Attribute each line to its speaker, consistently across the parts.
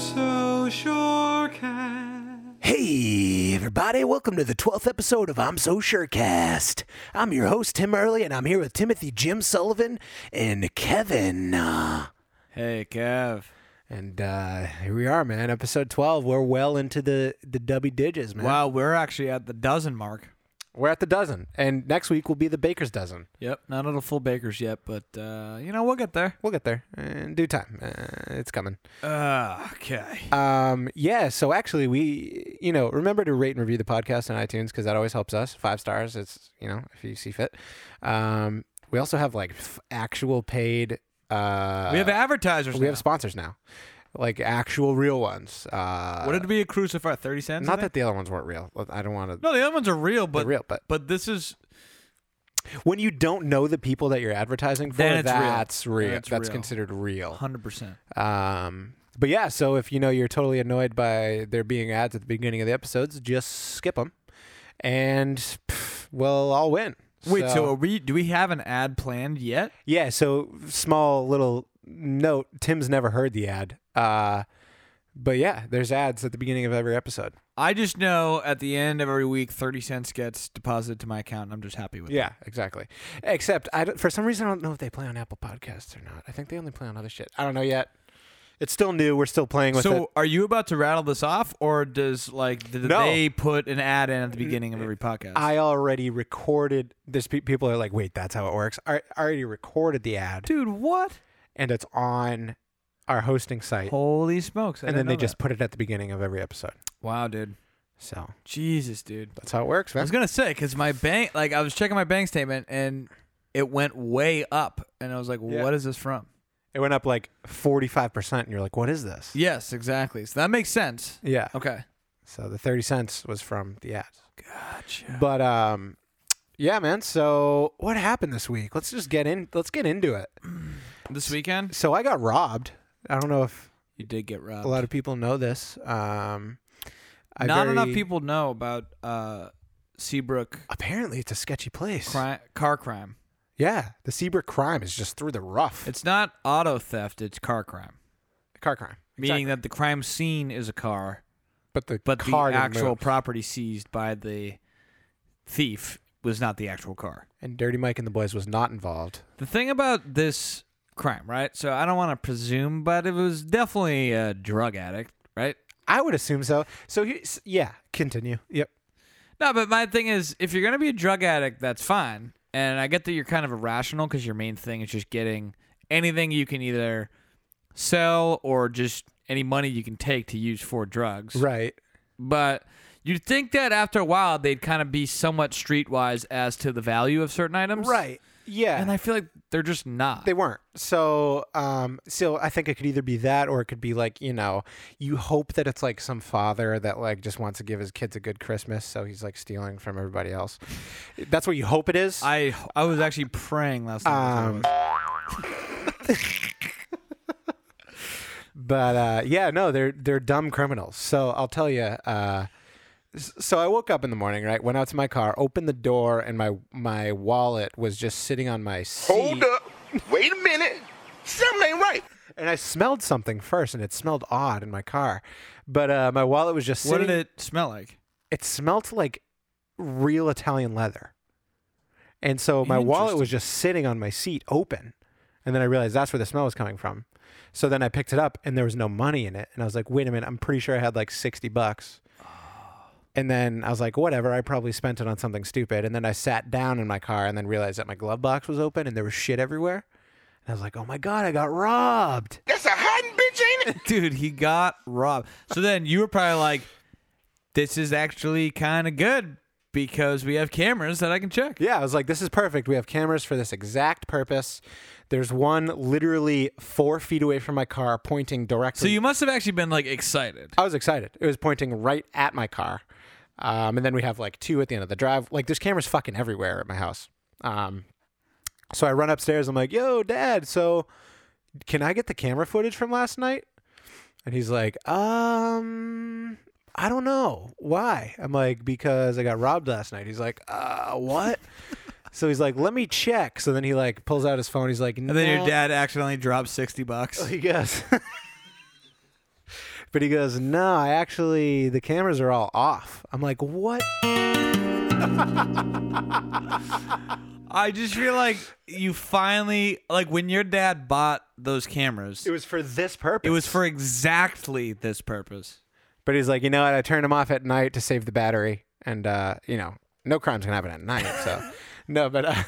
Speaker 1: so sure can.
Speaker 2: Hey, everybody, welcome to the 12th episode of I'm So Surecast. I'm your host, Tim Early, and I'm here with Timothy, Jim Sullivan, and Kevin. Uh,
Speaker 3: Hey, Kev.
Speaker 2: And uh, here we are, man. Episode 12. We're well into the, the dubby digits, man.
Speaker 3: Wow, we're actually at the dozen mark.
Speaker 2: We're at the dozen, and next week will be the baker's dozen.
Speaker 3: Yep, not at a full baker's yet, but uh, you know we'll get there.
Speaker 2: We'll get there in due time. Uh, it's coming.
Speaker 3: Uh, okay.
Speaker 2: Um, yeah, so actually, we, you know, remember to rate and review the podcast on iTunes because that always helps us. Five stars, it's, you know, if you see fit. Um, we also have like f- actual paid. Uh,
Speaker 3: we have advertisers.
Speaker 2: we have sponsors now, like actual real ones. Uh,
Speaker 3: What did we accrue so far? Thirty cents. I
Speaker 2: not
Speaker 3: think?
Speaker 2: that the other ones weren't real. I don't want to.
Speaker 3: No, the other ones are real, but
Speaker 2: real, but-
Speaker 3: but this is
Speaker 2: When you don't know the people that you're advertising for,
Speaker 3: Then it's real.
Speaker 2: that's real.
Speaker 3: Then it's
Speaker 2: that's
Speaker 3: real.
Speaker 2: considered real.
Speaker 3: hundred percent.
Speaker 2: Um, but yeah, so if you know you're totally annoyed by there being ads at the beginning of the episodes, just skip them, and pff, we'll all win.
Speaker 3: Wait, so, are we? Do we have an ad planned yet?
Speaker 2: yeah, so small little note: Tim's never heard the ad. Uh, but yeah, there's ads at the beginning of every episode.
Speaker 3: I just know at the end of every week, thirty cents gets deposited to my account, and I'm just happy with it.
Speaker 2: Yeah, exactly. Except I don't, for some reason I don't know if they play on Apple Podcasts or not. I think they only play on other shit. I don't know yet. It's still new. We're still playing with it.
Speaker 3: So, are you about to rattle this off, or does like did
Speaker 2: No.
Speaker 3: they put an ad in at the beginning of every podcast?
Speaker 2: I already recorded. There's pe- people are like, wait, that's how it works. I I already recorded the ad,
Speaker 3: Dude, what?
Speaker 2: and it's on our hosting site,
Speaker 3: Holy smokes! I
Speaker 2: and then
Speaker 3: didn't
Speaker 2: they
Speaker 3: know
Speaker 2: just put it at the beginning of every episode.
Speaker 3: that. wow, dude.
Speaker 2: So
Speaker 3: Jesus, dude.
Speaker 2: that's how it works,
Speaker 3: I
Speaker 2: man.
Speaker 3: was gonna say because my bank, like, I was checking my bank statement and it went way up, and I was like,
Speaker 2: Yeah.
Speaker 3: "What is this from?"
Speaker 2: It went up like 45 percent, and you're like, what is this?
Speaker 3: Yes, exactly. So that makes sense.
Speaker 2: Yeah.
Speaker 3: Okay.
Speaker 2: So the 30 cents was from the ads,
Speaker 3: Gotcha.
Speaker 2: but um, yeah, man. So what happened this week? Let's just get in. Let's get into it.
Speaker 3: This weekend,
Speaker 2: So I got robbed. I don't know if
Speaker 3: you did get robbed.
Speaker 2: a lot of people know this. Um, I
Speaker 3: Not
Speaker 2: very-
Speaker 3: enough people know about uh, Seabrook
Speaker 2: Apparently, it's a sketchy place.
Speaker 3: cri- car crime.
Speaker 2: Yeah, the Seabrook crime is just through the rough.
Speaker 3: It's not auto theft; it's car crime,
Speaker 2: car crime,
Speaker 3: meaning that the crime scene is a car,
Speaker 2: but the
Speaker 3: but
Speaker 2: car
Speaker 3: the
Speaker 2: didn't
Speaker 3: actual
Speaker 2: move.
Speaker 3: property seized by the thief was not the actual car.
Speaker 2: and Dirty Mike and the boys was not involved.
Speaker 3: The thing about this crime, right? So I don't want to presume, but it was definitely a drug addict, right?
Speaker 2: I would assume so. So here's, yeah, continue. Yep.
Speaker 3: No, but my thing is, if you're going to be a drug addict, that's fine. And I get that you're kind of irrational because your main thing is just getting anything you can either sell or just any money you can take to use for drugs.
Speaker 2: Right.
Speaker 3: But you'd think that after a while, they'd kind of be somewhat streetwise as to the value of certain items.
Speaker 2: Right. Yeah.
Speaker 3: And I feel like they're just not.
Speaker 2: they weren't. So, um, so I think it could either be that, or it could be like you know, you hope that it's like some father that like just wants to give his kids a good Christmas, so he's like stealing from everybody else. That's what you hope it is.
Speaker 3: I, I was actually praying last night. that's what it
Speaker 2: Um,
Speaker 3: was.
Speaker 2: But uh, yeah, no, they're they're dumb criminals. So I'll tell you. Uh, s- so I woke up in the morning, right? Went out to my car, opened the door, and my my wallet was just sitting on my seat.
Speaker 4: Hold up. Wait a minute. Something ain't right.
Speaker 2: And I smelled something first, and it smelled odd in my car. But uh, my wallet was just
Speaker 3: What
Speaker 2: sitting.
Speaker 3: did it smell like?
Speaker 2: it smelled like real Italian leather. And so my wallet was just sitting on my seat open. And then I realized that's where the smell was coming from. So then I picked it up and there was no money in it. And I was like, wait a minute, I'm pretty sure I had like 60 bucks. And then I was like, whatever, I probably spent it on something stupid. And then I sat down in my car and then realized that my glove box was open and there was shit everywhere. And I was like, oh my God, I got robbed.
Speaker 4: That's a hiding bitch, ain't it?
Speaker 3: Dude, he got robbed. So then you were probably like, this is actually kind of good because we have cameras that I can check.
Speaker 2: Yeah, I was like, this is perfect. We have cameras for this exact purpose. There's one literally four feet away from my car pointing
Speaker 3: So
Speaker 2: directly.
Speaker 3: you must have actually been like excited.
Speaker 2: I was excited. It was pointing right at my car. Um, and then we have like two at the end of the drive. Like there's cameras fucking everywhere at my house. Um, so I run upstairs. I'm like, yo, dad, so can I get the camera footage from last night? And he's like, um, I don't know. Why? I'm like, because I got robbed last night. He's like, uh, what? so he's like, let me check. So then he like pulls out his phone. He's like,
Speaker 3: And then
Speaker 2: "Nah."
Speaker 3: your dad accidentally dropped 60 bucks.
Speaker 2: I guess. But he goes, "No, I actually the cameras are all off." I'm like, "What?"
Speaker 3: I just feel like you finally like when your dad bought those cameras.
Speaker 2: It was for this purpose.
Speaker 3: It was for exactly this purpose.
Speaker 2: But he's like, "You know what? I turned them off at night to save the battery, and uh, you know, no crimes can happen at night." So, no, but. Uh,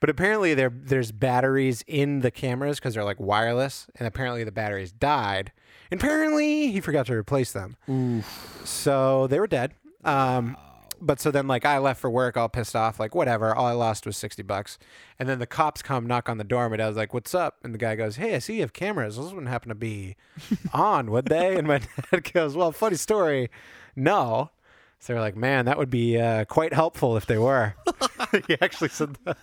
Speaker 2: but apparently there there's batteries in the cameras because they're like wireless, and apparently the batteries died. And apparently he forgot to replace them. So they were dead. Um, but so then like I left for work all pissed off, like whatever. All I lost was sixty bucks. And then the cops come knock on the door. My dad's like, "What's up?" And the guy goes, "Hey, I see you have cameras. Those wouldn't happen to be on, would they?" And my dad goes, "Well, funny story, no." So they're like, "Man, that would be uh, quite helpful if they were." he actually said that.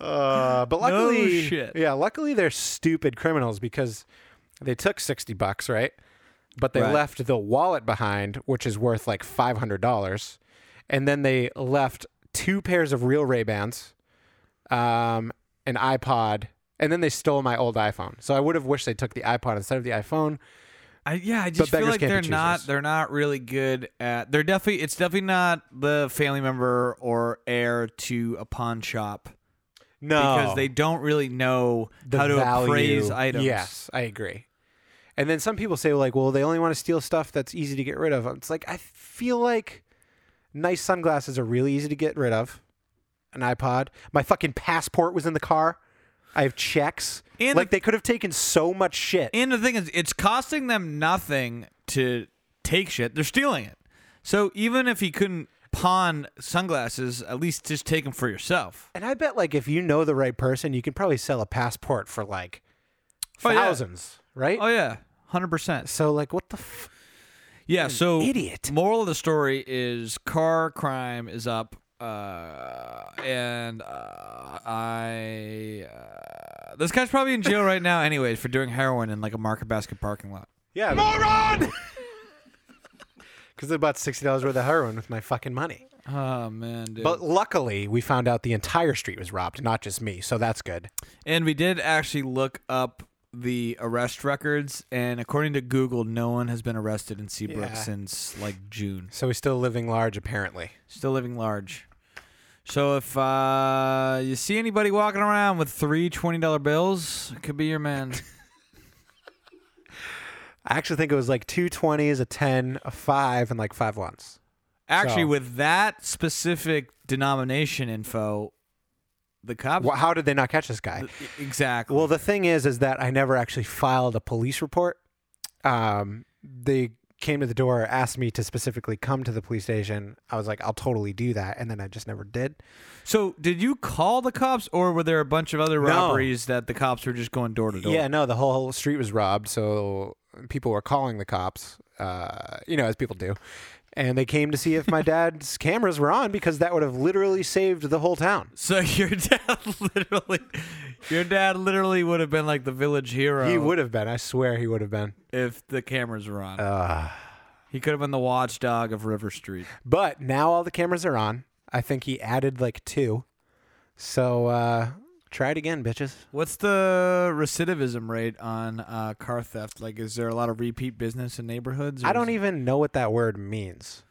Speaker 2: Uh, but luckily,
Speaker 3: shit.
Speaker 2: yeah, luckily they're stupid criminals because they took sixty bucks, right? But they
Speaker 3: Right.
Speaker 2: left the wallet behind, which is worth like five hundred dollars, and then they left two pairs of real Ray Bans, um, an iPod, and then they stole my old iPhone. So I would have wished they took the iPod instead of the iPhone.
Speaker 3: I, yeah, I just feel
Speaker 2: beggars
Speaker 3: like
Speaker 2: can't be
Speaker 3: they're not
Speaker 2: choosers.
Speaker 3: they're not really good at they're definitely it's definitely not the family member or heir to a pawn shop
Speaker 2: No,
Speaker 3: because they don't really know
Speaker 2: Oh. the
Speaker 3: how to
Speaker 2: value.
Speaker 3: appraise items.
Speaker 2: Yes, I agree. And then some people say like, well, they only want to steal stuff that's easy to get rid of. It's like I feel like nice sunglasses are really easy to get rid of. An iPod. My fucking passport was in the car. I have checks.
Speaker 3: And
Speaker 2: like
Speaker 3: the-
Speaker 2: they could have taken so much shit.
Speaker 3: And the thing is, it's costing them nothing to take shit. They're stealing it. So even if he couldn't pawn sunglasses, at least just take them for yourself.
Speaker 2: and I bet like if you know the right person, you can probably sell a passport for like
Speaker 3: Oh, yeah.
Speaker 2: thousands, right?
Speaker 3: Oh yeah, hundred percent.
Speaker 2: So like what the f-
Speaker 3: Yeah. So
Speaker 2: idiot.
Speaker 3: Moral of the story is car crime is up, uh, and uh, I uh, this guy's probably in jail right now, anyways, for doing heroin in like a market basket parking lot.
Speaker 2: Yeah,
Speaker 4: Moron!
Speaker 2: because they bought sixty dollars worth of heroin with my fucking money.
Speaker 3: Oh man, dude.
Speaker 2: But luckily, we found out the entire street was robbed, not just me. So that's good.
Speaker 3: And we did actually look up the arrest records, and according to Google, no one has been arrested in Seabrook
Speaker 2: Yeah.
Speaker 3: since like June.
Speaker 2: So we're still living large, apparently.
Speaker 3: Still living large. So if uh, you see anybody walking around with three $20 bills, it could be your man.
Speaker 2: I actually think it was like two twenties, a ten, a five, and like five ones.
Speaker 3: Actually,
Speaker 2: So-
Speaker 3: with that specific denomination info, the cops.
Speaker 2: Well, how did they not catch this guy?
Speaker 3: Exactly.
Speaker 2: Well, the thing is, is that I never actually filed a police report. Um, they came to the door, asked me to specifically come to the police station. I was like, I'll totally do that, and then I just never did.
Speaker 3: so did you call the cops, or were there a bunch of other robberies that the cops were just going door to door?
Speaker 2: Yeah, no, the whole street was robbed, so people were calling the cops, uh, you know, as people do. And they came to see if my dad's cameras were on because that would have literally saved the whole town.
Speaker 3: So your dad literally, your dad literally would have been like the village hero.
Speaker 2: He would have been. I swear he would have been.
Speaker 3: if the cameras were on. he could have been the watchdog of River Street.
Speaker 2: But now all the cameras are on. I think he added like two. So uh, try it again, bitches.
Speaker 3: What's the recidivism rate on uh, car theft? Like, is there a lot of repeat business in neighborhoods? or
Speaker 2: I
Speaker 3: is
Speaker 2: don't
Speaker 3: it-
Speaker 2: even know what that word means.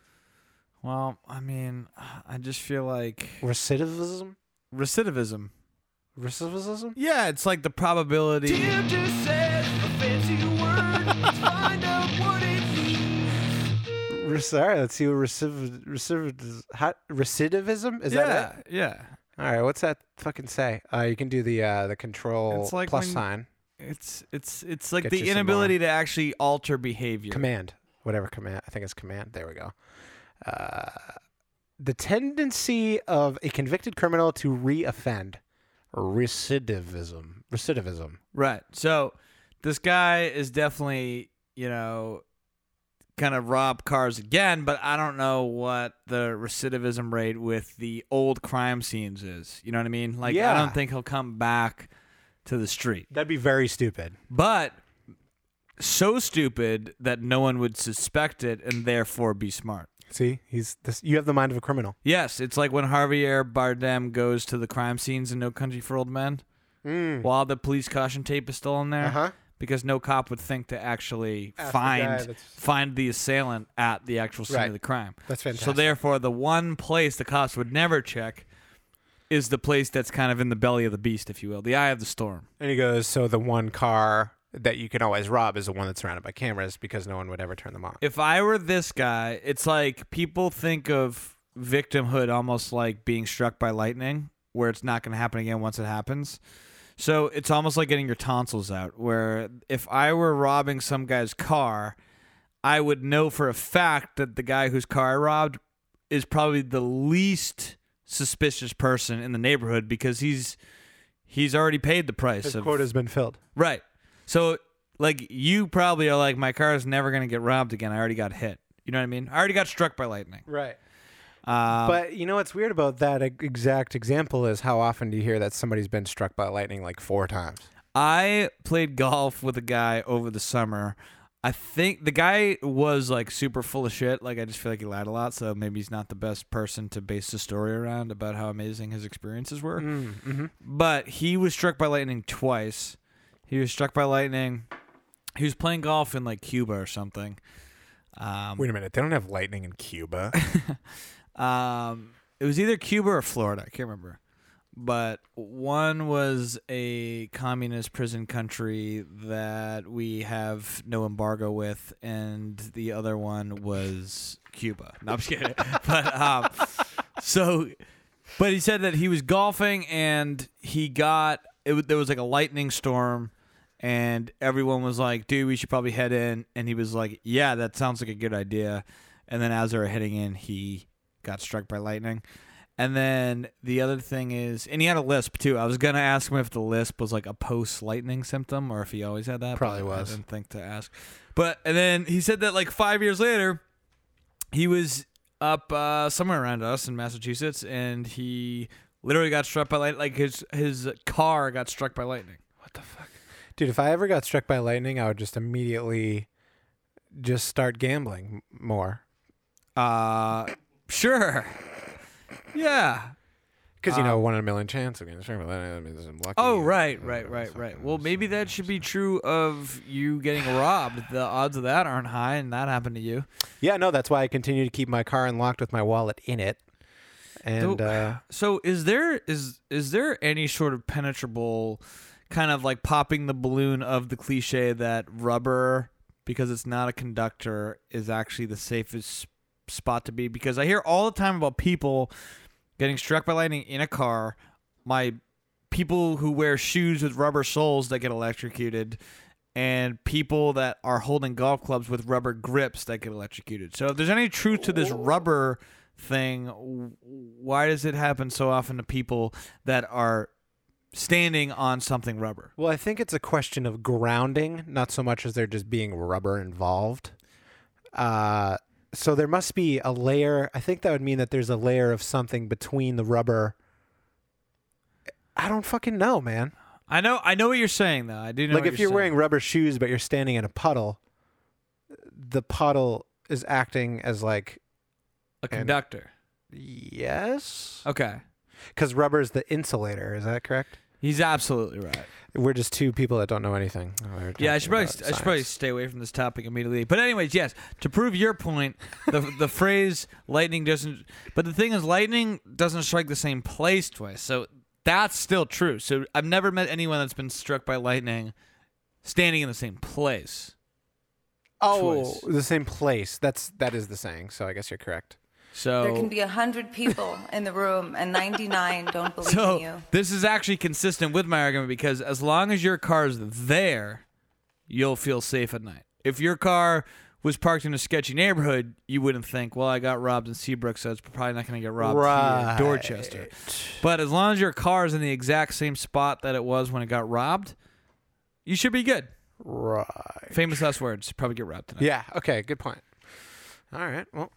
Speaker 3: Well, I mean, I just feel like
Speaker 2: Recidivism?
Speaker 3: recidivism.
Speaker 2: Recidivism?
Speaker 3: Yeah, it's like the probability.
Speaker 2: Re- Sorry, let's see what recidiv- recidiv- how- recidivism is.
Speaker 3: yeah,
Speaker 2: that it?
Speaker 3: yeah.
Speaker 2: All right, what's that fucking say? Uh, you can do the uh, the control
Speaker 3: It's like
Speaker 2: plus
Speaker 3: when-
Speaker 2: sign
Speaker 3: It's it's it's like
Speaker 2: Get you
Speaker 3: the
Speaker 2: some uh, more.
Speaker 3: inability to actually alter behavior.
Speaker 2: command, whatever command. I think it's command. There we go. Uh, the tendency of a convicted criminal to reoffend, recidivism, recidivism.
Speaker 3: Right. So this guy is definitely, you know, kind of rob cars again, but I don't know what the recidivism rate with the old crime scenes is. You know what I mean? Like I
Speaker 2: Yeah.
Speaker 3: don't think he'll come back to the street.
Speaker 2: That'd be very stupid.
Speaker 3: But so stupid that no one would suspect it and therefore be smart.
Speaker 2: See, he's this. You have the mind of a criminal.
Speaker 3: Yes, it's like when Javier Bardem goes to the crime scenes in No Country for Old Men while the police caution tape is still in there.
Speaker 2: Mm, Uh-huh.
Speaker 3: because no cop would think to actually
Speaker 2: Ask the guy
Speaker 3: find
Speaker 2: that's-
Speaker 3: find the assailant at the actual scene
Speaker 2: Right.
Speaker 3: of the crime.
Speaker 2: That's
Speaker 3: So
Speaker 2: fantastic.
Speaker 3: therefore, the one place the cops would never check is the place that's kind of in the belly of the beast, if you will, the eye of the storm.
Speaker 2: And he goes, so the one car that you can always rob is the one that's surrounded by cameras because no one would ever turn them on.
Speaker 3: If I were this guy, it's like people think of victimhood almost like being struck by lightning, where it's not going to happen again once it happens. So it's almost like getting your tonsils out. Where if I were robbing some guy's car, I would know for a fact that the guy whose car I robbed is probably the least suspicious person in the neighborhood because he's he's already paid the price
Speaker 2: His
Speaker 3: of
Speaker 2: quota's been filled.
Speaker 3: Right. So like you probably are like my car is never gonna get robbed again. I already got hit. You know what I mean? I already got struck by lightning.
Speaker 2: Right.
Speaker 3: Uh,
Speaker 2: But you know what's weird about that e- exact example is how often do you hear that somebody's been struck by lightning like four times?
Speaker 3: I played golf with a guy over the summer. I think the guy was like super full of shit. Like I just feel like he lied a lot, so maybe he's not the best person to base the story around about how amazing his experiences were. But he was struck by lightning twice. He was struck by lightning. He was playing golf in like Cuba or something. Um,
Speaker 2: Wait a minute, they don't have lightning in Cuba.
Speaker 3: Um, it was either Cuba or Florida. I can't remember. But one was a communist prison country that we have no embargo with, and the other one was Cuba. No, I'm just kidding. but um, so, but he said that he was golfing and he got it. wa- There was like a lightning storm, and everyone was like, "Dude, we should probably head in." And he was like, "Yeah, that sounds like a good idea." And then as they were heading in, he got struck by lightning. And then the other thing is, and he had a lisp too. I was gonna ask him if the lisp was like a post lightning symptom or if he always had that. but
Speaker 2: Probably
Speaker 3: I
Speaker 2: was.
Speaker 3: didn't think to ask. But and then he said that like five years later, he was up uh, somewhere around us in Massachusetts, and he literally got struck by lightning. Like his his car got struck by lightning.
Speaker 2: Dude, if I ever got struck by lightning, I would just immediately just start gambling m- more.
Speaker 3: Uh, sure. Yeah.
Speaker 2: Because, you know, one in a million chance of getting struck by lightning. I mean, this is lucky.
Speaker 3: Oh,
Speaker 2: Uh,
Speaker 3: right,
Speaker 2: uh,
Speaker 3: right, right,
Speaker 2: so-
Speaker 3: right. Well,
Speaker 2: so-
Speaker 3: maybe that should be true of you getting robbed. The odds of that aren't high, and that happened to you.
Speaker 2: Yeah, no, that's why I continue to keep my car unlocked with my wallet in it. And,
Speaker 3: So-
Speaker 2: uh,
Speaker 3: So is there is is there any sort of penetrable kind of like popping the balloon of the cliche that rubber because it's not a conductor is actually the safest spot to be because I hear all the time about people getting struck by lightning in a car, my people who wear shoes with rubber soles that get electrocuted and people that are holding golf clubs with rubber grips that get electrocuted. So if there's any truth to this rubber thing, w- why does it happen so often to people that are standing on something rubber?
Speaker 2: Well, I think it's a question of grounding, not so much as there just being rubber involved. Uh, so there must be a layer. I think that would mean that there's a layer of something between the rubber. I don't fucking know, man.
Speaker 3: I know I know what you're saying though. I do know
Speaker 2: like
Speaker 3: what
Speaker 2: if you're,
Speaker 3: saying.
Speaker 2: wearing rubber shoes but you're standing in a puddle, the puddle is acting as like
Speaker 3: a conductor.
Speaker 2: yes,
Speaker 3: Okay.
Speaker 2: because rubber is the insulator. Is that correct?
Speaker 3: He's absolutely right.
Speaker 2: We're just two people that don't know anything.
Speaker 3: Yeah, I should probably I should probably stay away from this topic immediately. But anyways, yes, to prove your point, the the phrase lightning doesn't but the thing is lightning doesn't strike the same place twice. So that's still true. So I've never met anyone that's been struck by lightning standing in the same place.
Speaker 2: Oh,
Speaker 3: choice.
Speaker 2: the same place. That's that is the saying. So I guess you're correct.
Speaker 3: So
Speaker 5: There can be a hundred people in the room, and ninety-nine don't believe in you.
Speaker 3: so this is actually consistent with my argument because as long as your car is there, you'll feel safe at night. If your car was parked in a sketchy neighborhood, you wouldn't think, well, I got robbed in Seabrook, so it's probably not going to get robbed
Speaker 2: Right.
Speaker 3: here in Dorchester. But as long as your car is in the exact same spot that it was when it got robbed, you should be good.
Speaker 2: Right.
Speaker 3: Famous last words. Probably get robbed tonight.
Speaker 2: Yeah. Okay. Good point. All right. Well,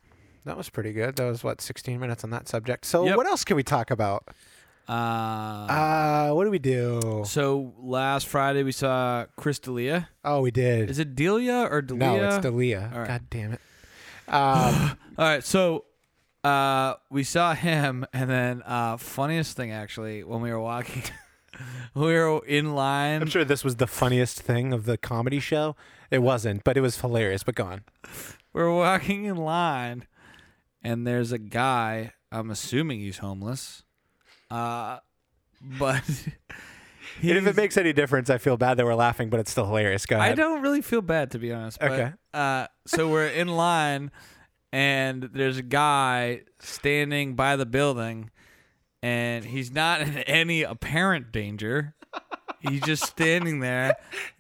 Speaker 2: that was pretty good. That was what 16 minutes on that subject. So
Speaker 3: Yep.
Speaker 2: what else can we talk about?
Speaker 3: Uh,
Speaker 2: Uh, what do we do?
Speaker 3: so last Friday we saw Chris D'Elia.
Speaker 2: Oh, we did.
Speaker 3: Is it Delia or Delia?
Speaker 2: no, it's Dalia.
Speaker 3: All right.
Speaker 2: God damn it. Um,
Speaker 3: All right, so uh, we saw him, and then uh, funniest thing actually, when we were walking we were in line.
Speaker 2: I'm sure this was the funniest thing of the comedy show. It wasn't, but it was hilarious. But go on.
Speaker 3: We're walking in line, and there's a guy. I'm assuming he's homeless, uh, but
Speaker 2: And if it makes any difference, I feel bad that we're laughing, but it's still hilarious. Go ahead.
Speaker 3: I don't really feel bad to be honest. But,
Speaker 2: Okay.
Speaker 3: Uh, so we're in line, and there's a guy standing by the building, and he's not in any apparent danger. He's just standing there,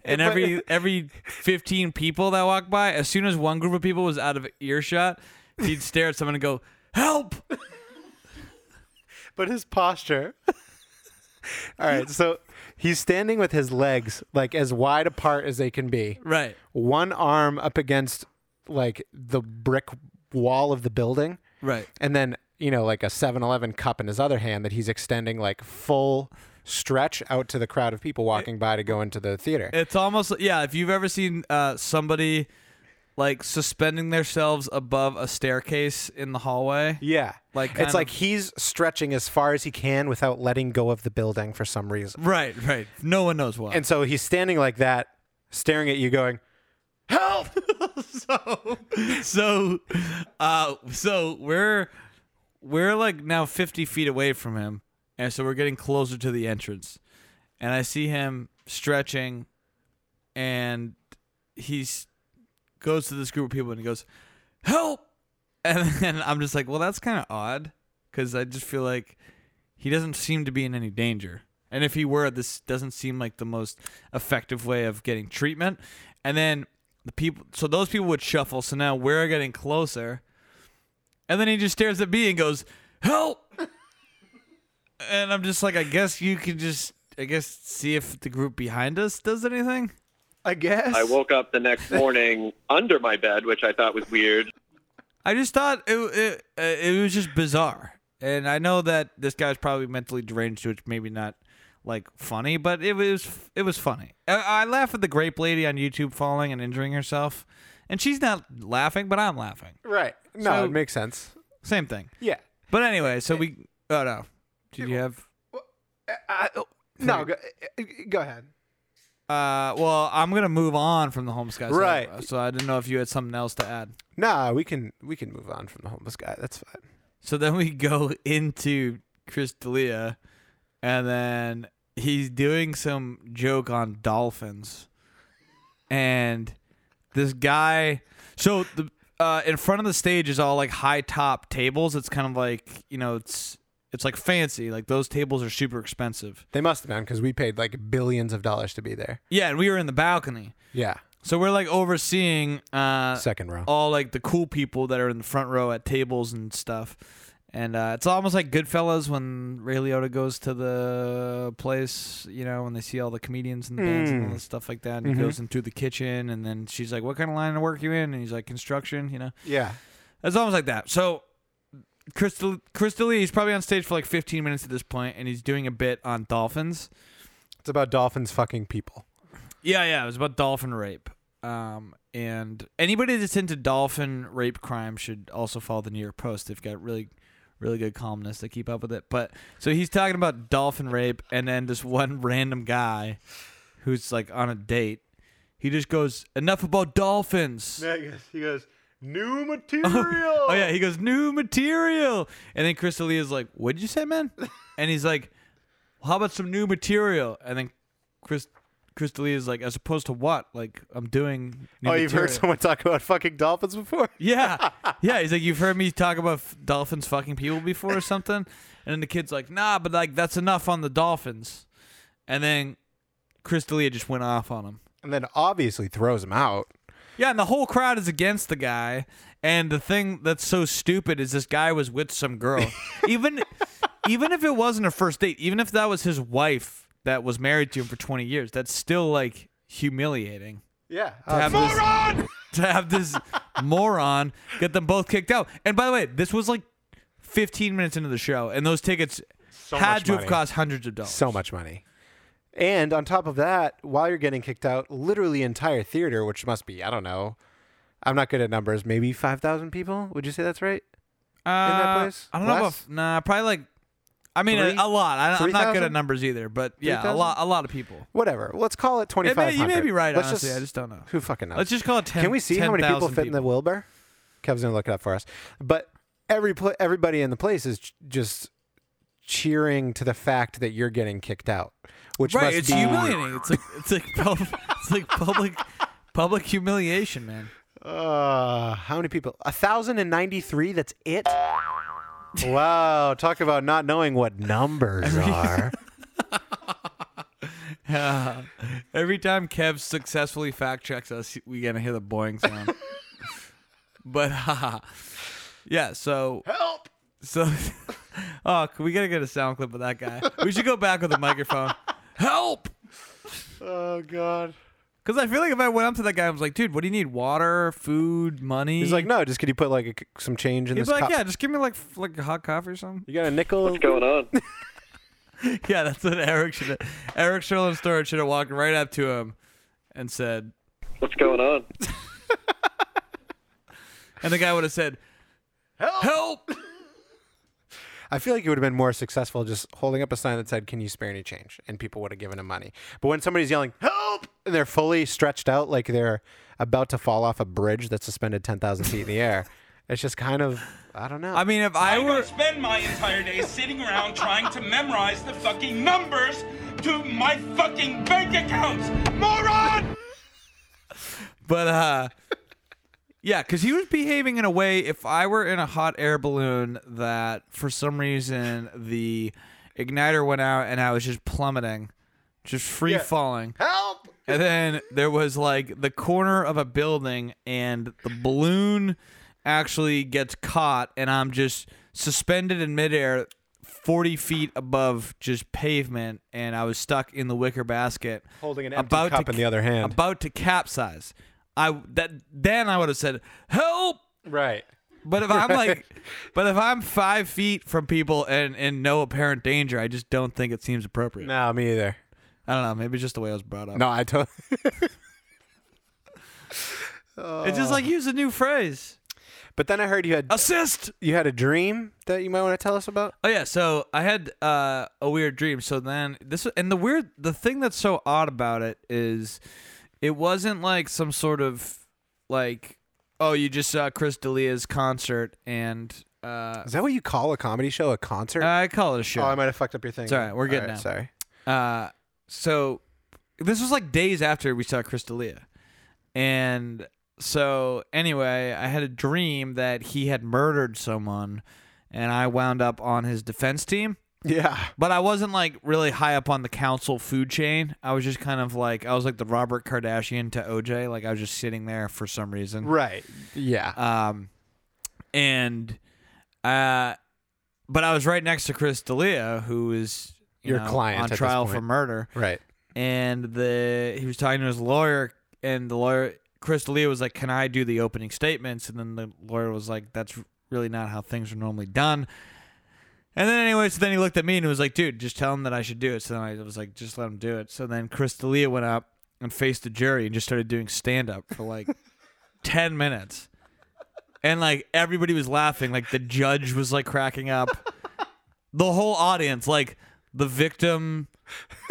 Speaker 3: and every every fifteen people that walk by, as soon as one group of people was out of earshot, he'd stare at someone and go, "Help!"
Speaker 2: But his posture. All right, so he's standing with his legs like as wide apart as they can be.
Speaker 3: Right.
Speaker 2: One arm up against like the brick wall of the building.
Speaker 3: Right.
Speaker 2: and then you know like a 7-eleven cup in his other hand that he's extending like full stretch out to the crowd of people walking by to go into the theater
Speaker 3: It's almost yeah. If you've ever seen uh, somebody like suspending themselves above a staircase in the hallway,
Speaker 2: yeah
Speaker 3: like, kind
Speaker 2: it's like
Speaker 3: of-
Speaker 2: he's stretching as far as he can without letting go of the building for some reason
Speaker 3: right, right. No one knows why.
Speaker 2: and so he's standing like that staring at you going
Speaker 4: Help!
Speaker 3: so, so, uh, so we're we're like now fifty feet away from him, and so we're getting closer to the entrance, and I see him stretching, and he's goes to this group of people and he goes, "Help!" And then I'm just like, "Well, that's kind of odd," because I just feel like he doesn't seem to be in any danger. And if he were, this doesn't seem like the most effective way of getting treatment. And then the people, so those people would shuffle. So now we're getting closer. And then he just stares at me and goes, "Help!" and I'm just like, I guess you can just, I guess, see if the group behind us does anything.
Speaker 2: i guess
Speaker 6: I woke up the next morning under my bed, which I thought was weird.
Speaker 3: I just thought it it, uh, it was just bizarre, and I know that this guy's probably mentally deranged, which maybe not like funny, but it was it was funny. I, I laugh at the grape lady on YouTube falling and injuring herself, and she's not laughing, but I'm laughing.
Speaker 2: right no
Speaker 3: So-
Speaker 2: it makes sense
Speaker 3: Same thing.
Speaker 2: yeah
Speaker 3: But anyway, so we oh no, did you have?
Speaker 2: I, Uh, no go, uh, go ahead
Speaker 3: Uh, well, I'm gonna move on from the home sky. Saga,
Speaker 2: Right.
Speaker 3: So I didn't know if you had something else to add.
Speaker 2: nah we can we can move on from the homeless guy that's fine
Speaker 3: So then we go into Chris D'Elia, and then he's doing some joke on dolphins, and this guy. So the uh, in front of the stage is all like high top tables. It's kind of like you know it's it's like fancy. Like those tables are super expensive.
Speaker 2: they must have been because we paid like billions of dollars to be there
Speaker 3: Yeah, and we were in the balcony,
Speaker 2: yeah Oh.
Speaker 3: so we're like overseeing. Uh,
Speaker 2: second row
Speaker 3: all like the cool people that are in the front row at tables and stuff. And uh, it's almost like Goodfellas when Ray Liotta goes to the place, you know, when they see all the comedians and the bands and all this stuff like that. And he goes into the kitchen, and then she's like, "What kind of line of work you in?" And he's like, "Construction," you know.
Speaker 2: yeah
Speaker 3: It's almost like that. So, Crystal Crystal Lee, he's probably on stage for like 15 minutes at this point, and he's doing a bit on dolphins.
Speaker 2: It's about dolphins fucking people.
Speaker 3: Yeah, yeah, it was about dolphin rape. Um, and anybody that's into dolphin rape crime should also follow the New York Post. They've got really, really good columnists that keep up with it. But so he's talking about dolphin rape, and then this one random guy who's like on a date. He just goes, "Enough about dolphins."
Speaker 2: He goes, new material.
Speaker 3: Oh yeah, he goes new material, and then Chris D'Elia is like, "What did you say, man?" And he's like, well, "How about some new material?" And then Chris Chris D'Elia is like, "As opposed to what? Like I'm doing." New
Speaker 2: oh, you've heard
Speaker 3: material."
Speaker 2: someone talk about fucking dolphins before?
Speaker 3: Yeah, yeah. He's like, "You've heard me talk about f- dolphins fucking people before or something?" And then the kid's like, "Nah, but like that's enough on the dolphins." And then Chris D'Elia just went off on him.
Speaker 2: And then obviously throws him out.
Speaker 3: Yeah, and the whole crowd is against the guy. And the thing that's so stupid is this guy was with some girl. even even if it wasn't a first date, even if that was his wife that was married to him for 20 years, that's still like humiliating.
Speaker 2: Yeah.
Speaker 3: To have this, to have this moron get them both kicked out. And by the way, this was like 15 minutes into the show, and those tickets had
Speaker 2: much
Speaker 3: to have
Speaker 2: money.
Speaker 3: cost hundreds of dollars.
Speaker 2: so much money. And on top of that, while you're getting kicked out, literally entire theater, which must be, I don't know, I'm not good at numbers, maybe 5,000 people? Would you say that's right?
Speaker 3: Uh,
Speaker 2: place?
Speaker 3: I don't know.
Speaker 2: Less?
Speaker 3: About, nah, probably like I mean,
Speaker 2: Three-
Speaker 3: a, a lot. I, I'm not good
Speaker 2: 3,000?
Speaker 3: at numbers either, but yeah, a
Speaker 2: 3,000?
Speaker 3: lot, a lot of people.
Speaker 2: Whatever. Letlet's call it twenty
Speaker 3: It
Speaker 2: five
Speaker 3: may-
Speaker 2: hundred.
Speaker 3: you may be right,
Speaker 2: Let's
Speaker 3: honestly. I just don't know.
Speaker 2: Who fucking knows?
Speaker 3: Let's just call it 10.
Speaker 2: Can we see how many people
Speaker 3: 10,000
Speaker 2: fit in the Wilbur? Kev's gonna look it up for us. But every pla everybody in the place is ch- just cheering to the fact that you're getting kicked out, which
Speaker 3: Right,
Speaker 2: must
Speaker 3: it's
Speaker 2: be
Speaker 3: humiliating. It's like it's like pub, it's like public public humiliation, man.
Speaker 2: Uh, how many people? A thousand and ninety-three. That's it. Wow, talk about not knowing what numbers are.
Speaker 3: Every time Kev successfully fact checks us, we gonna hear the boing sound. but haha. yeah, so help. So, oh, we gotta get a sound clip of that guy. We should go back with a microphone. Help!
Speaker 2: oh God.
Speaker 3: Because I feel like if I went up to that guy, I was like, dude, what do you need? Water, food, money?
Speaker 2: He's like, no, just could you put like a c some change in
Speaker 3: He'd
Speaker 2: this
Speaker 3: be like,
Speaker 2: cup?
Speaker 3: yeah, just give me like f- like a hot coffee or something.
Speaker 2: You got a nickel?
Speaker 6: What's going on?
Speaker 3: Yeah, that's what Eric should have. Eric Sherlin Storage should have walked right up to him and said,
Speaker 6: What's going on?
Speaker 3: and the guy would have said, Help! Help!
Speaker 2: I feel like you would have been more successful just holding up a sign that said, "Can you spare any change?" and people would have given him money. But when somebody's yelling, "Help!" and they're fully stretched out like they're about to fall off a bridge that's suspended ten thousand feet in the air, it's just kind of I don't know.
Speaker 3: I mean, if I
Speaker 7: I
Speaker 3: were.
Speaker 7: spend my entire day sitting around trying to memorize the fucking numbers to my fucking bank accounts. Moron!
Speaker 3: But, uh, yeah, because he was behaving in a way, if I were in a hot air balloon, that for some reason the igniter went out and I was just plummeting, just free falling.
Speaker 2: help.
Speaker 3: And then there was like the corner of a building, and the balloon actually gets caught, and I'm just suspended in midair, 40 feet above just pavement, and I was stuck in the wicker basket,
Speaker 2: Holding an empty cup in the other hand.
Speaker 3: about to capsize. I that then I would have said help,
Speaker 2: Right.
Speaker 3: but if I'm like, but if I'm five feet from people and in no apparent danger, I just don't think it seems appropriate.
Speaker 2: No, me either.
Speaker 3: I don't know, maybe it's just the way I was brought up.
Speaker 2: No, I totally.
Speaker 3: It's just like use a new phrase.
Speaker 2: but then I heard you had
Speaker 3: Assist.
Speaker 2: you had a dream that you might want to tell us about.
Speaker 3: Oh yeah, so I had uh, a weird dream. So then this and the weird the thing that's so odd about it is it wasn't like some sort of like oh you just saw Chris D'Elia's concert and uh,
Speaker 2: Is that what you call a comedy show? A concert?
Speaker 3: I call it a show.
Speaker 2: oh, I might have fucked up your thing.
Speaker 3: It's all right, we're good now.
Speaker 2: Sorry.
Speaker 3: Uh, so this was like days after we saw Crystalia. And so anyway, I had a dream that he had murdered someone and I wound up on his defense team.
Speaker 2: Yeah.
Speaker 3: But I wasn't like really high up on the council food chain. I was just kind of like I was like the Robert Kardashian to OJ, like I was just sitting there for some reason.
Speaker 2: Right. Uh, Yeah.
Speaker 3: Um, and uh, but I was right next to Chris D'Elia, who is you
Speaker 2: Your
Speaker 3: know,
Speaker 2: client
Speaker 3: on
Speaker 2: at this
Speaker 3: trial for
Speaker 2: point.
Speaker 3: murder,
Speaker 2: right.
Speaker 3: and the he was talking to his lawyer, and the lawyer Chris D'Elia was like, "Can I do the opening statements?" And then the lawyer was like, "That's really not how things are normally done." And then anyway, so then he looked at me and was like, "Dude, just tell him that I should do it." So then I was like, "Just let him do it." So then Chris D'Elia went up and faced the jury and just started doing stand up for like ten minutes, and like everybody was laughing, like the judge was like cracking up, the whole audience, like the victim,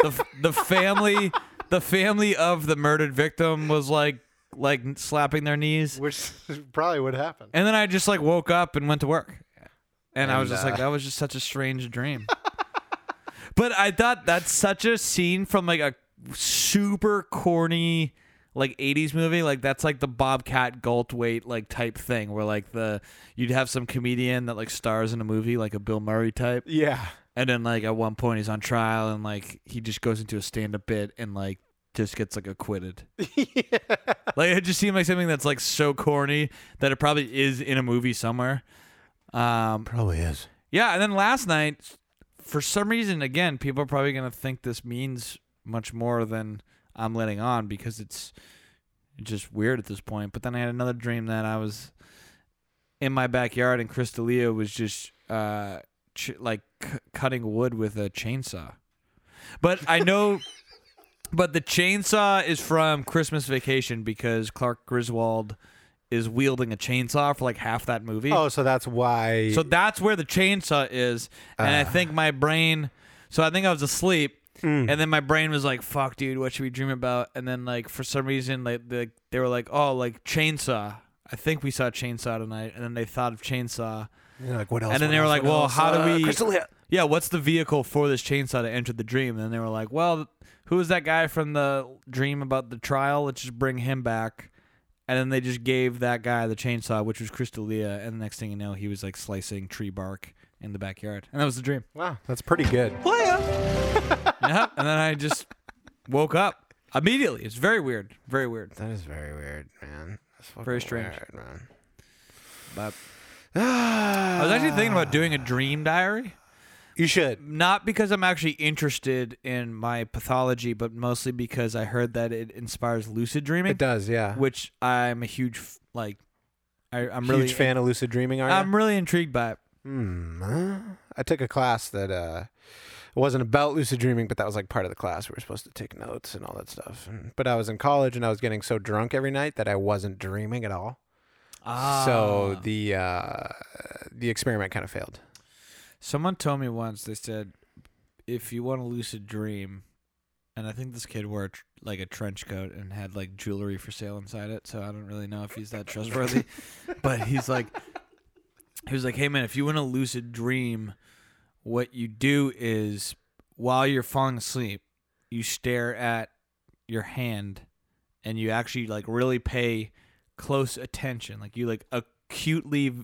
Speaker 3: the f- the family, the family of the murdered victim was like like slapping their knees,
Speaker 2: Which probably would happen.
Speaker 3: and then I just like woke up and went to work. And, I was
Speaker 2: And,
Speaker 3: just
Speaker 2: uh,
Speaker 3: like, that was just such a strange dream. but I thought that's such a scene from like a super corny like 80s movie like that's like the bobcat goldthwait like type thing where like the you'd have some comedian that like stars in a movie like a bill murray type
Speaker 2: Yeah.
Speaker 3: and then like at one point he's on trial and like he just goes into a stand-up bit and like just gets like acquitted like it just seemed like something that's like so corny that it probably is in a movie somewhere um
Speaker 2: Probably is.
Speaker 3: yeah and then last night for some reason again people are probably gonna think this means much more than i'm letting on because it's just weird at this point but then i had another dream that i was in my backyard and chris D'Elia was just uh ch- like c- cutting wood with a chainsaw but i know but the chainsaw is from christmas vacation because clark griswold is wielding a chainsaw for like half that movie.
Speaker 2: Oh, so that's why.
Speaker 3: So that's where the chainsaw is. And I think my brain so I think I was asleep and then my brain was like, fuck dude, what should we dream about? And then like for some reason like they, they were like, Oh, like chainsaw. I think we saw chainsaw tonight and then they thought of chainsaw.
Speaker 2: You're like what else?
Speaker 3: And then
Speaker 2: what
Speaker 3: they were
Speaker 2: else,
Speaker 3: like,
Speaker 2: what
Speaker 3: Well,
Speaker 2: else?
Speaker 3: how
Speaker 2: Uh,
Speaker 3: do we
Speaker 2: Crystal Hill.
Speaker 3: Yeah, what's the vehicle for this chainsaw to enter the dream? And then they were like, Well, who was that guy from the dream about the trial? Let's just bring him back. And then they just gave that guy the chainsaw, which was Crystalia, and the next thing you know, he was like slicing tree bark in the backyard. And that was the dream.
Speaker 2: Wow, that's pretty good.
Speaker 3: Yep. and then I just woke up immediately. It's very weird. Very weird.
Speaker 2: That is very weird, man. That's fucking
Speaker 3: Very strange.
Speaker 2: weird, man.
Speaker 3: But I was actually thinking about doing a dream diary.
Speaker 2: You should.
Speaker 3: Not because I'm actually interested in my pathology, but mostly because I heard that it inspires lucid dreaming.
Speaker 2: It does, yeah.
Speaker 3: which I'm a huge f- like. I, I'm
Speaker 2: Huge
Speaker 3: really
Speaker 2: fan of lucid dreaming, are you?
Speaker 3: I'm really intrigued by it.
Speaker 2: I took a class that uh, it wasn't about lucid dreaming, but that was like part of the class. We were supposed to take notes and all that stuff. And, but I was in college and I was getting so drunk every night that I wasn't dreaming at all. So the uh, the experiment kind of failed.
Speaker 3: Someone told me once. They said, if you want a lucid dream, and I think this kid wore a tr- like a trench coat and had like jewelry for sale inside it. So I don't really know if he's that trustworthy, but he's like, he was like, hey man, if you want a lucid dream, what you do is while you're falling asleep, you stare at your hand and you actually like really pay close attention like you like acutely v-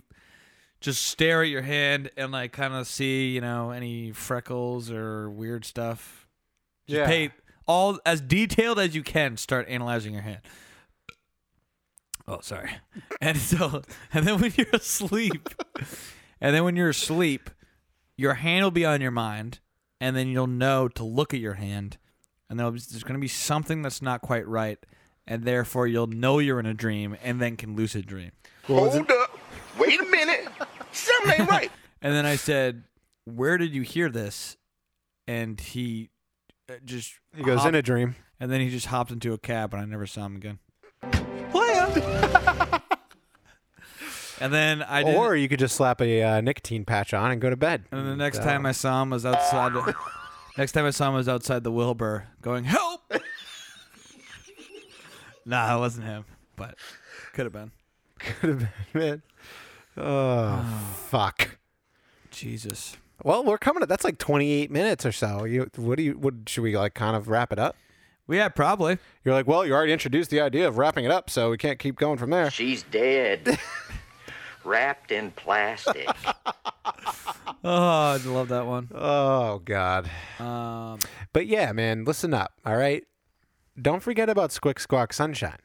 Speaker 3: just stare at your hand and like kind of see you know any freckles or weird stuff just
Speaker 2: Yeah.
Speaker 3: pay all as detailed as you can start analyzing your hand oh sorry and so and then when you're asleep and then when you're asleep your hand will be on your mind and then you'll know to look at your hand and there'll be, there's going to be something that's not quite right and therefore you'll know you're in a dream and then can lucid dream
Speaker 4: Hold up. Wait a minute. Something ain't right.
Speaker 3: and then i said where did you hear this and he uh, just
Speaker 2: He goes
Speaker 3: hop-
Speaker 2: in a dream.
Speaker 3: and then he just hopped into a cab and i never saw him again and then i did
Speaker 2: Or you could just slap a uh, nicotine patch on and go to bed.
Speaker 3: and the next time i saw him was outside next time i saw him was outside the wilbur going help nah it wasn't him but could have been
Speaker 2: could have been it. Oh,
Speaker 3: Ah.
Speaker 2: fuck.
Speaker 3: jesus
Speaker 2: Well, we're coming to that's like 28 minutes or so. You, what do you? What should we like? Kind of wrap it up.
Speaker 3: Well, yeah, probably.
Speaker 2: You're like, well, you already introduced the idea of wrapping it up, so we can't keep going from there.
Speaker 8: She's dead, wrapped in plastic.
Speaker 3: Oh, I love that one.
Speaker 2: Oh God.
Speaker 3: Um,
Speaker 2: But yeah, man, listen up. All right. Don't forget about Squick Squawk Sunshine.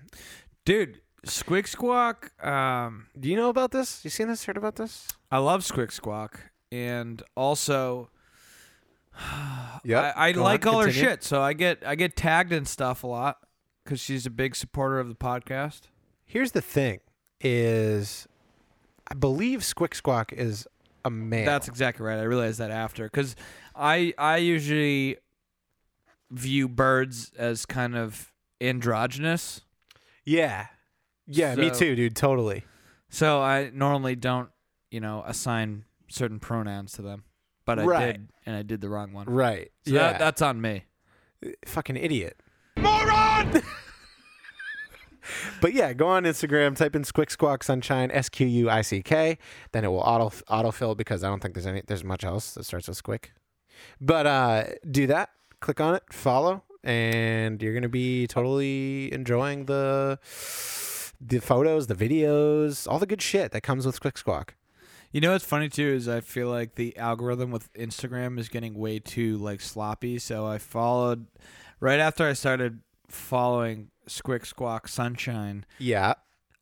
Speaker 3: dude, Squig Squawk. Um,
Speaker 2: Do you know about this? You seen this? Heard about this?
Speaker 3: I love Squig Squawk, and also
Speaker 2: Yeah.
Speaker 3: I, I like all her shit. So I get I get tagged and stuff a lot because she's a big supporter of the podcast.
Speaker 2: Here's the thing: is I believe Squick Squawk is a man.
Speaker 3: That's exactly right. I realized that after because I I usually view birds as kind of androgynous.
Speaker 2: yeah. Yeah, me
Speaker 3: So-
Speaker 2: too, dude. Totally.
Speaker 3: So I normally don't, you know, assign certain pronouns to them, but I
Speaker 2: Right.
Speaker 3: did, and I did the wrong one.
Speaker 2: Right.
Speaker 3: So
Speaker 2: yeah.
Speaker 3: that, that's on me.
Speaker 2: fucking idiot.
Speaker 7: Moron!
Speaker 2: But yeah, go on Instagram, type in Squick Squawk Sunshine, S Q U I C K. Then it will auto autofill because I don't think there's any there's much else that starts with Squick. But uh, do that, click on it, follow, and you're gonna be totally enjoying the the photos, the videos, all the good shit that comes with Squick Squawk.
Speaker 3: You know what's funny too is I feel like the algorithm with Instagram is getting way too like sloppy. So I followed right after I started following Squick Squawk Sunshine.
Speaker 2: Yeah.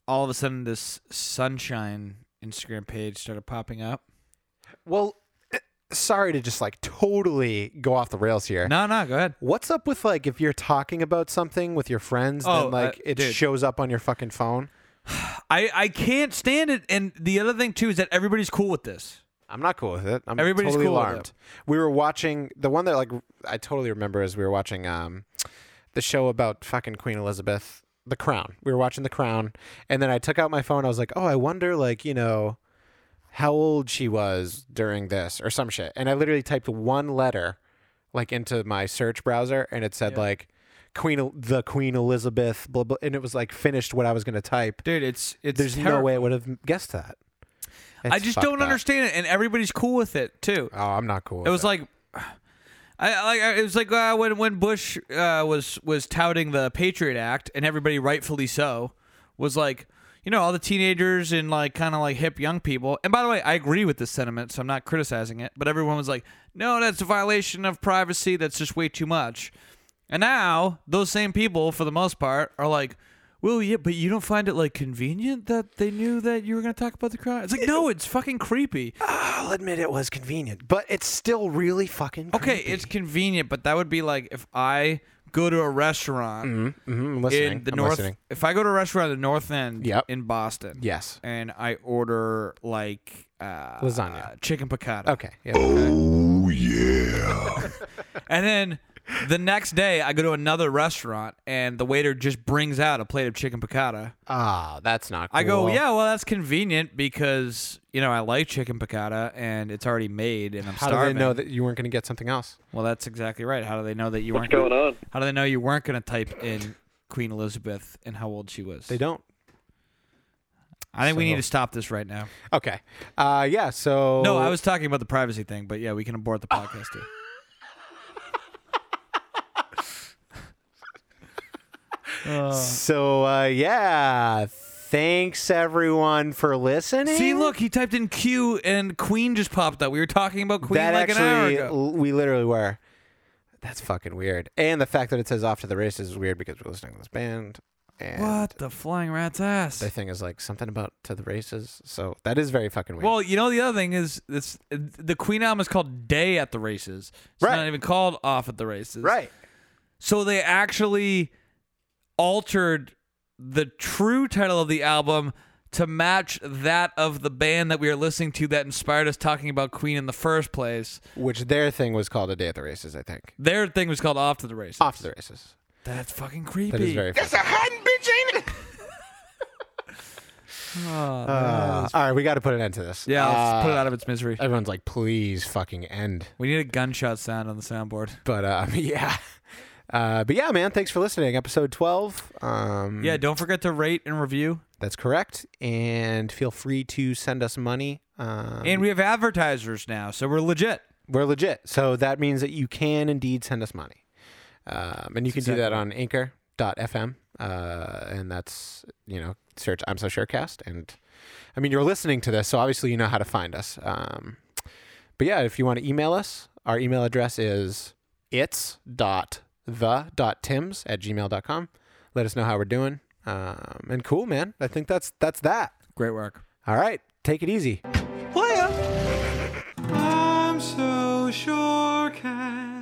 Speaker 3: All of a sudden, this Sunshine Instagram page started popping up.
Speaker 2: Well, eh, sorry to just like totally go off the rails here.
Speaker 3: No, no, go ahead.
Speaker 2: What's up with like if you're talking about something with your friends,
Speaker 3: Oh, uh,
Speaker 2: then like it
Speaker 3: dude.
Speaker 2: shows up on your fucking phone?
Speaker 3: I I can't stand it. And the other thing too is that everybody's cool with this.
Speaker 2: I'm not cool with it. I'm
Speaker 3: Everybody's
Speaker 2: totally
Speaker 3: cool with
Speaker 2: alarmed.
Speaker 3: it.
Speaker 2: We were watching the one that like I totally remember is we were watching um the show about fucking Queen Elizabeth, The Crown. We were watching The Crown, and then I took out my phone. I was like, "Oh, I wonder, like, you know, how old she was during this or some shit." And I literally typed one letter, like, into my search browser, and it said like Queen, El- the Queen Elizabeth, blah blah, and it was like finished what I was gonna type.
Speaker 3: dude. It's it's
Speaker 2: There's no
Speaker 3: terrible.
Speaker 2: way I would have guessed that.
Speaker 3: I
Speaker 2: It's
Speaker 3: just
Speaker 2: fucked
Speaker 3: don't
Speaker 2: up.
Speaker 3: understand it, and everybody's cool with it too.
Speaker 2: Oh, I'm not cool.
Speaker 3: it was like, I like I- it was like uh, when when Bush uh, was was touting the Patriot Act, and everybody rightfully so was like, you know, all the teenagers and like kind of like hip young people. And by the way, I agree with this sentiment, so I'm not criticizing it. But everyone was like, no, that's a violation of privacy. That's just way too much. And now those same people, for the most part, are like. Well, yeah, but you don't find it like convenient that they knew that you were going to talk about the crime. It's like, no, it's fucking creepy.
Speaker 2: I'll admit it was convenient, but it's still really fucking
Speaker 3: Okay,
Speaker 2: creepy.
Speaker 3: it's convenient, but that would be like if I go to a restaurant
Speaker 2: Mhm, I'm listening.
Speaker 3: in the
Speaker 2: I'm
Speaker 3: north.
Speaker 2: listening.
Speaker 3: If I go to a restaurant in the north end
Speaker 2: Yep.
Speaker 3: in Boston,
Speaker 2: Yes.
Speaker 3: and I order like uh,
Speaker 2: Lasagna.
Speaker 3: chicken piccata,
Speaker 2: Okay. Yeah.
Speaker 3: and then the next day I go to another restaurant and the waiter just brings out a plate of chicken piccata.
Speaker 2: Ah, that's not. Cool.
Speaker 3: I go, yeah, well, that's convenient because you know I like chicken piccata and it's already made and I'm
Speaker 2: How
Speaker 3: starving.
Speaker 2: do they know that you weren't going to get something else?
Speaker 3: Well, that's exactly right. How do they know that you
Speaker 6: What's
Speaker 3: weren't gonna-
Speaker 6: going on?
Speaker 3: How do they know you weren't going to type in Queen Elizabeth and how old she was?
Speaker 2: They don't.
Speaker 3: I think we need
Speaker 2: so-
Speaker 3: to stop this right now.
Speaker 2: Okay. Uh, yeah. So
Speaker 3: No, I was talking about the privacy thing, but yeah, we can abort the podcast too.
Speaker 2: So uh, yeah. Thanks everyone for listening.
Speaker 3: See, look, he typed in Q and Queen just popped up. We were talking about Queen
Speaker 2: that
Speaker 3: like an hour
Speaker 2: actually
Speaker 3: ago.
Speaker 2: l- we literally were. That's fucking weird. And the fact that it says off to the races is weird because we're listening to this band. And
Speaker 3: What the flying rat's ass?
Speaker 2: The thing is like something about to the races. So that is very fucking weird.
Speaker 3: Well, you know the other thing is it's the Queen album is called Day at the Races. It's
Speaker 2: Right.
Speaker 3: not even called Off at the Races.
Speaker 2: right.
Speaker 3: So they actually altered the true title of the album to match that of the band that we are listening to that inspired us talking about Queen in the first place.
Speaker 2: Which their thing was called a day at the races, I think.
Speaker 3: Their thing was called Off to the Races.
Speaker 2: Off to the races.
Speaker 3: That's fucking creepy.
Speaker 2: That is very.
Speaker 4: That's a hiding bitch, ain't it?
Speaker 2: Uh, all right, we got to put an end to this.
Speaker 3: Yeah, let's
Speaker 2: Uh,
Speaker 3: put it out of its misery.
Speaker 2: Everyone's like, please fucking end.
Speaker 3: We need a gunshot sound on the soundboard.
Speaker 2: But um, yeah. Uh, but yeah, man, thanks for listening. Episode 12. Um,
Speaker 3: Yeah, don't forget to rate and review.
Speaker 2: That's correct. And feel free to send us money. Um,
Speaker 3: And we have advertisers now, so we're legit.
Speaker 2: we're legit. So that means that you can indeed send us money. Um, and you can do that on anchor.fm. Uh, and that's, you know, search I'm So Surecast. And I mean, you're listening to this, so obviously you know how to find us. Um, but yeah, if you want to email us, our email address is it's.the.tims at gmail.com. Let us know how we're doing. Um, and cool, man. I think that's that's that.
Speaker 3: Great work.
Speaker 2: All right. Take it easy.
Speaker 1: I'm so sure can.